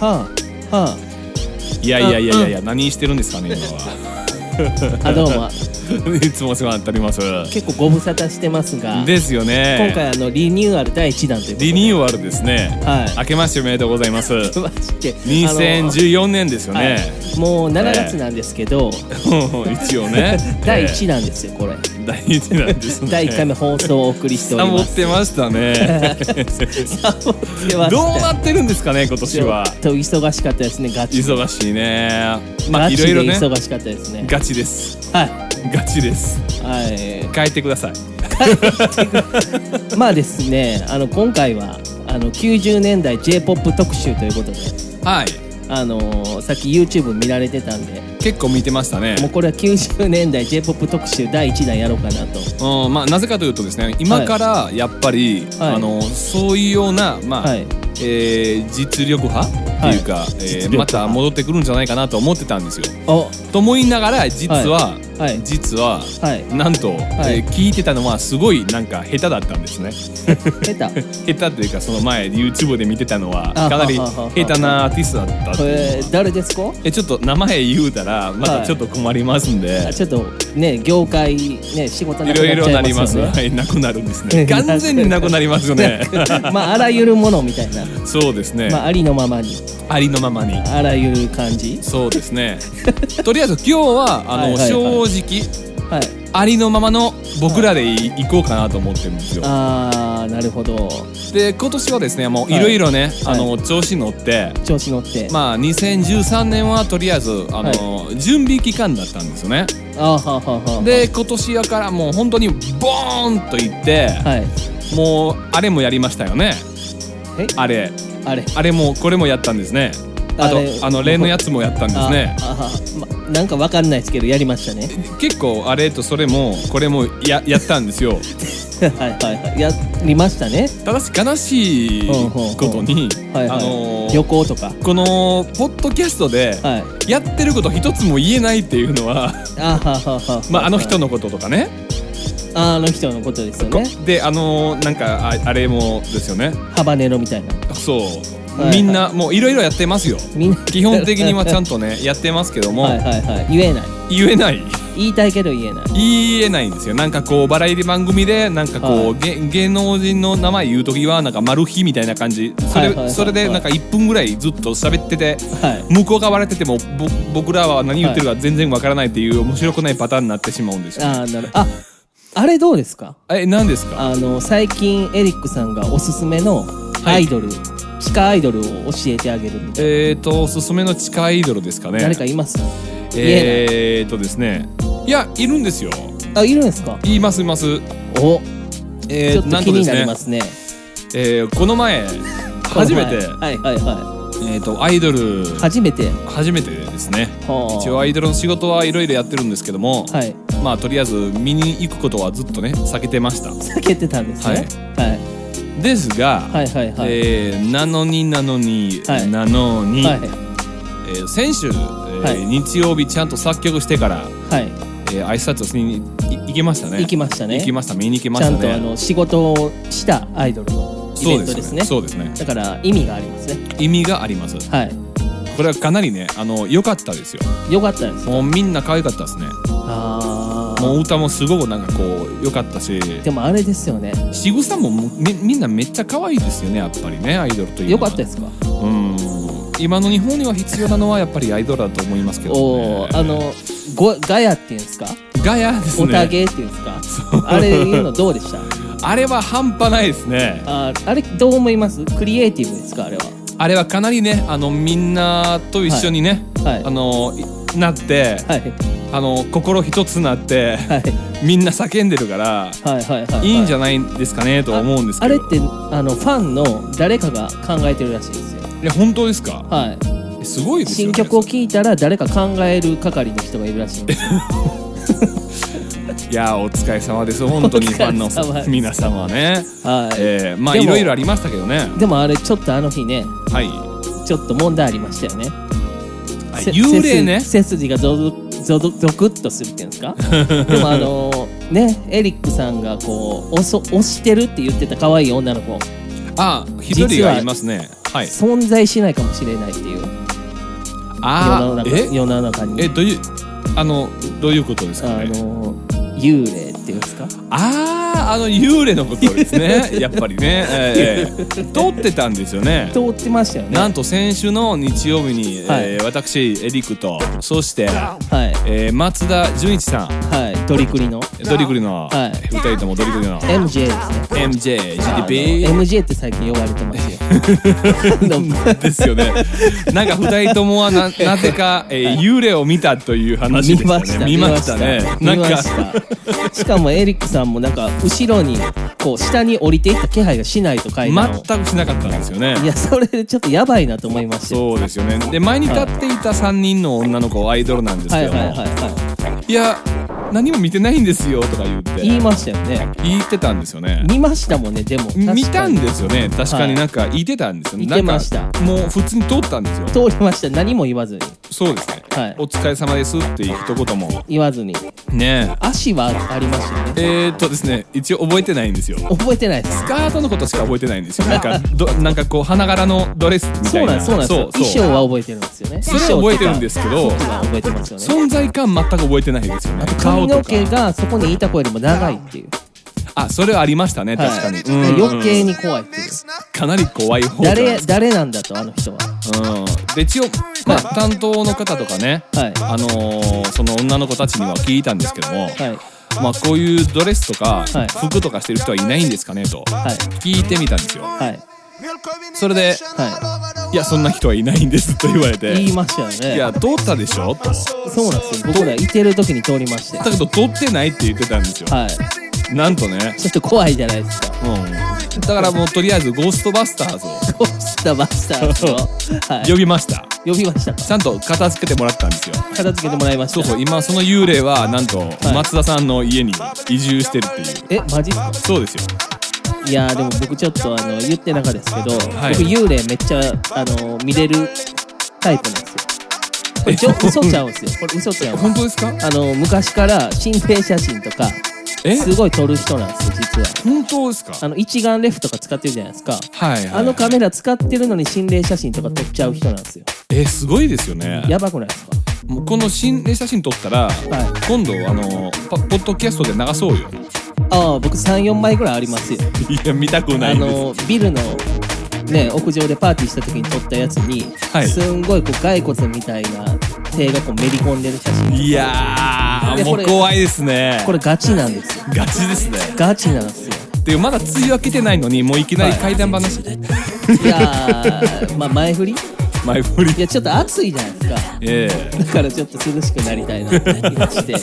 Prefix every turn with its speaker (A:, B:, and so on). A: はあはい
B: やいやいやいやいや、何してるんですかね、今
A: ああどうも
B: は。 いつもお世話になっております。
A: 結構ご無沙汰してますが
B: ですよね。
A: 今回あのリニューアル第一弾ということで
B: リニューアルですね。
A: はい
B: 明けましておめでとうございます。
A: まして
B: 2014年です
A: あ
B: よ
A: の
B: ね。
A: はいもう7月なんですけ ど、。
B: 一応ね
A: 第1
B: え
A: 弾ですよこれ、
B: え第一弾ですね。
A: 第1回目放送をお送りしてお
B: サ
A: り
B: ボ
A: ま
B: っ
A: す
B: てました ね。
A: サボってました
B: どうなってるんですかね、今年
A: ちょ
B: は。
A: っと忙しかったですねガチ
B: 忙しいね。まあ、
A: ガ
B: い
A: チで
B: ろいろね。
A: 忙しかったですね
B: ガチです。
A: は
B: ガチです。
A: い、はい、
B: 変えてください。
A: まあですねあの今回はあの90年代 j p o p 特集ということで
B: はい。
A: あのーさっき YouTube 見られてたんで
B: 結構見てましたね。
A: もうこれは90年代 j p o p 特集第1弾やろうかなと
B: うんまあ、なぜかというとですね今からやっぱり、
A: はい
B: あのそういうような、まあ
A: はい
B: えー実力派っていうか、
A: 実力
B: えー
A: 派
B: また戻ってくるんじゃないかなと思ってたんですよ。
A: お
B: と思いながら実は、
A: はい
B: 実は、
A: はい
B: なんと、
A: はい
B: えー聞いてたのはすごいなんか下手だったんですね。
A: 下 手
B: 下手というかその前 YouTube で見てたのは
A: あ
B: かなり
A: はははは
B: 下手なアーティストだったって
A: こ
B: いう
A: れ
B: のは
A: 誰ですか
B: えちょっと名前言うたらまたちょっと困りますんで。
A: あちょっとね業界ね仕事ないく
B: ろい
A: なっ
B: ろ
A: ちゃ
B: ないり
A: ま
B: ますす。
A: よね
B: はい、なくなるんですね。完全になくなりますよね。
A: まああらゆるものみたいな、
B: そうです ね。
A: まあ、ありのままに
B: ありのままに。
A: あらゆる感じ
B: そうで すね。とりあえず今日はあの、
A: はいはいはい
B: 正直
A: はい
B: ありのままの僕らでい行こうかなと思ってるんですよ。
A: あーなるほど
B: で今年はですねもう
A: はい
B: いろいろね、
A: はい
B: あの調子乗って。
A: 調子乗って、
B: まあ、2013年はとりあえずあの、準備期間だったんですよね
A: あーはあはあはあ
B: で今年やからもう本当にボーンといって、
A: はい
B: もうあれもやりましたよね
A: え
B: あれ
A: あれ
B: あれもこれもやったんですねあと
A: あれ
B: あの例のやつもやったんですね
A: ああ、ま、なんかわかんないですけどやりましたね
B: 結構あれとそれもこれもややったんですよ
A: はいはいはいやりましたね
B: ただし悲しいことに
A: はいはい、
B: あのー
A: 旅行とか
B: このポッドキャストで
A: はい
B: やってること一つも言えないっていう のは
A: あーはあはあはは
B: まああの人のこととかね
A: あの人のことですよね
B: であのーなんかああれもですよね
A: ハバネロみたいな
B: そう、
A: はいはい
B: みんなもういろいろやってますよ
A: みんな
B: 基本的にはちゃんとねやってますけども、
A: はいはいはい言えない
B: 言えない
A: 言いたいけど 言えない
B: 言えないんですよなんかこうバラエティ番組でなんかこう、げ芸能人の名前言う時はなんかマル秘みたいな感じそ
A: はいはい
B: れ,、
A: はいはい
B: それでなんか1分ぐらいずっと喋ってて
A: はい
B: 向こうが笑っててもぼ僕らは何言ってるか全然わからないっていう面白くないパターンになってしまうんですよ。
A: あーなるああれどうですか
B: え何ですか
A: あの最近エリックさんがおすすめの
B: い
A: アイドル、地下アイドルを教えてあげるみたい
B: えっ、とおすすめの地下アイドルですかね
A: な誰かいます
B: えっ、とですねいやいるんですよ
A: あいるんですか
B: 言いますいます
A: お
B: え
A: ちょ
B: ー、
A: っと
B: なん
A: 気
B: とで
A: に
B: す
A: なり
B: ね
A: ますね
B: えーこの前初めて、
A: はいはいは
B: えー、とアイドル
A: い初めて
B: 初めてですね
A: はあ
B: 一応アイドルの仕事はいろいろやってるんですけども、
A: はい
B: まあとりあえず見に行くことはずっとね避けてました
A: 避けてたんですね
B: ですが、
A: はいはいはいはい
B: えーなのになのに、
A: はい
B: なのに、
A: はい
B: えー先週、えー
A: はい
B: 日曜日ちゃんと作曲してから、
A: は
B: えー、挨拶をしにい行けましたね
A: い行きましたね
B: 行きました見に行きま
A: ち
B: し
A: ゃ
B: た
A: んとあ
B: ね
A: の仕事をしたアイドルのイ
B: そ
A: ベ
B: う
A: ント
B: で
A: ですす
B: ね
A: ね
B: そうですね
A: だから意味がありますね
B: 意味があります
A: はい
B: これはかなりねあの良かったですよ
A: よかったです
B: もうみんな可愛かったですね
A: あ
B: も
A: あ
B: う歌もすごくなんかこう良かったし
A: でもあれですよね
B: 仕草ももうみみんなめっちゃ可愛いですよねやっぱりねアイドルというの
A: よ
B: は
A: かったですか
B: うん今の日本には必要なのはやっぱりアイドルだと思いますけど、ね、
A: おおあのごガヤっていうんですか
B: ガヤです
A: オタ
B: ね
A: ゲっていうんですかあれいうのどうで した
B: あれは半端ないですね
A: あーあれどう思いますクリエイティブですかあれは
B: あれはかなりねあのみんなと一緒にね、
A: はい
B: あのいなって、
A: はい
B: あの心一つになって
A: はい
B: みんな叫んでるから
A: はいはいはいはい
B: いんじ
A: ゃ
B: ゃないですかねとは思うんですけ
A: あ
B: ど
A: れってあのファンの誰かが考えてるらしいですよ
B: え本当ですか
A: はい
B: すごいです
A: 新
B: よね
A: 曲を聴いたら誰か考える係の人がいるら しいんですよ
B: いやお疲れ様です本当に
A: お
B: フ
A: 疲れ
B: ァン
A: 様
B: の
A: です
B: 皆様ね、
A: は
B: えーまあ
A: で
B: い
A: も
B: ろいろありましたけどね
A: いでもあれちょっとあの日ね
B: はい
A: ちょっと問題ありましたよね
B: あ
A: せ
B: 幽霊ね
A: 背筋背筋がゾゾゾゾゾクッとするっていうん ですかでもあのーねエリックさんがこう押そ押してるって言ってた可愛い女の子
B: あ一人がいますねはい
A: 存在しないかもしれないっていう世の
B: ああ
A: 中
B: え
A: 世の中に
B: えどういうあのどういうことです
A: あ
B: かね
A: の幽霊っていうんですか
B: あああの幽霊のことです ねやっぱりね、ええ通ってたんですよね
A: 通ってましたよね
B: なんと先週の日曜日に、
A: はい
B: えー私エリックとそして、
A: はい
B: えー松田純一さん
A: はいドリクリ の
B: ドリクリの、
A: はい
B: 二人ともドリクリの
A: MJ ですね
B: MJGDP
A: MJ って最近呼ばれてますよ あ
B: ですよね。なんか二人ともはな なぜか、えー幽霊を見たという
A: の
B: 話
A: 見
B: で
A: ま
B: し
A: したた
B: ね。見ましたね。な
A: 見
B: ん
A: ま
B: か
A: したしかもエリックさんもなんか後ろにこう下に降りていった気配がしないと階段を
B: 全くしなかったんですよね。
A: いやそれでちょっとやばいなと思いましたよ
B: そうですよね。で前に立っていた三人の女の子アイドルなんです
A: は
B: け
A: い
B: ど
A: はい
B: も、
A: はいはい
B: や何も見てないんですよとか言って
A: い言いましたよね
B: 言ってたんですよね。
A: 見ましたもんねでも確かに
B: 見たんですよね。確かになんか言ってたんですよね。
A: 言ってました
B: なんかもう普通に通ったんですよ。
A: 通りました何も言わずに
B: そうですね。
A: はい
B: お疲れ様ですっていう一言も
A: 言わずに
B: ね
A: 足はありましたよね
B: え。えー、っとですね一応覚えてないんですよ。
A: 覚えてないです
B: スカートのことしか覚えてないんですよ。なんか、どなんかこう、花柄のドレスみた
A: そう
B: い
A: なんで
B: な。
A: すそうなんですよ衣
B: そう
A: 装は覚えてるんですよね
B: それは覚えてるんですけど
A: 衣装とか服は覚えてますよね
B: 存在感全く覚えてないですよね。
A: 髪
B: 顔と
A: の
B: か。
A: 毛がそこにいた子よりも長いっていう、
B: あ、それはありましたね、
A: はい
B: 確かに。
A: で
B: うん
A: 余計に怖いっていう
B: かなり怖い方なん
A: 誰
B: です
A: 誰なんだとあの人は
B: うん。で、一応、まあ、担当の方とかね、
A: はい
B: あのーその女の子たちには聞いたんですけども、
A: はい
B: まあ、こういうドレスとか、
A: はい
B: 服とかしてる人はいないんですかね、と、
A: はい
B: 聞いてみたんですよ。
A: はい
B: それで、いや、そんな人はいないんですと言われて、
A: 言いましたよ
B: いや、
A: ね
B: 通ったでしょと。
A: そうなんですよ僕らいてる時に通りまして
B: だけど撮ってないって言ってたんですよ、
A: はい
B: なんとね、
A: ちょっと怖いじゃないですか
B: うん、だからもうとりあえずゴーストバスターズを
A: ゴースタバスター ズを、は
B: 呼びました、
A: い、呼びましたか
B: ちゃんと片付けてもらったんですよ
A: 片付けてもらいました
B: そうそう今その幽霊はなんと
A: い
B: 松田さんの家に移住してるっていう、
A: えマジっすか
B: そうですよ
A: いやーでも僕ちょっとあの言ってなかったですけど、
B: はい
A: 僕幽霊めっちゃあの見れるタイプなんですよこれちょ嘘ちゃうんですよこれ嘘ちゃうんです
B: 本当ですか
A: あの昔から心霊写真とか
B: え
A: すごい撮る人なんですよ実は
B: 本当ですか
A: あの一眼レフとか使ってるじゃないですか
B: はいはい、
A: あのカメラ使ってるのに心霊写真とか撮っちゃう人なんですよ
B: えすごいですよね
A: やばくないですか
B: もうこの心霊写真撮ったら、
A: い
B: 今度あのパポッドキャストで流そうよ
A: ああ僕34枚ぐらいありますよ
B: いや見たくな
A: あ
B: いです
A: のビルのね屋上でパーティーした時に撮ったやつに、
B: はい
A: すんごいこう骸骨みたいな手がこうめり込んでる写真
B: いやー
A: で
B: も
A: こ
B: う
A: れ
B: 怖いですね
A: これガチなんですよ
B: ガチですね
A: ガチなんですよ
B: でまだ梅雨明けてないのにもういきなり怪談話、
A: いや ーまあ前振りい
B: 前振り
A: やちょっと暑いじゃないですか
B: ええ
A: だからちょっと涼しくなりたいなって気がして。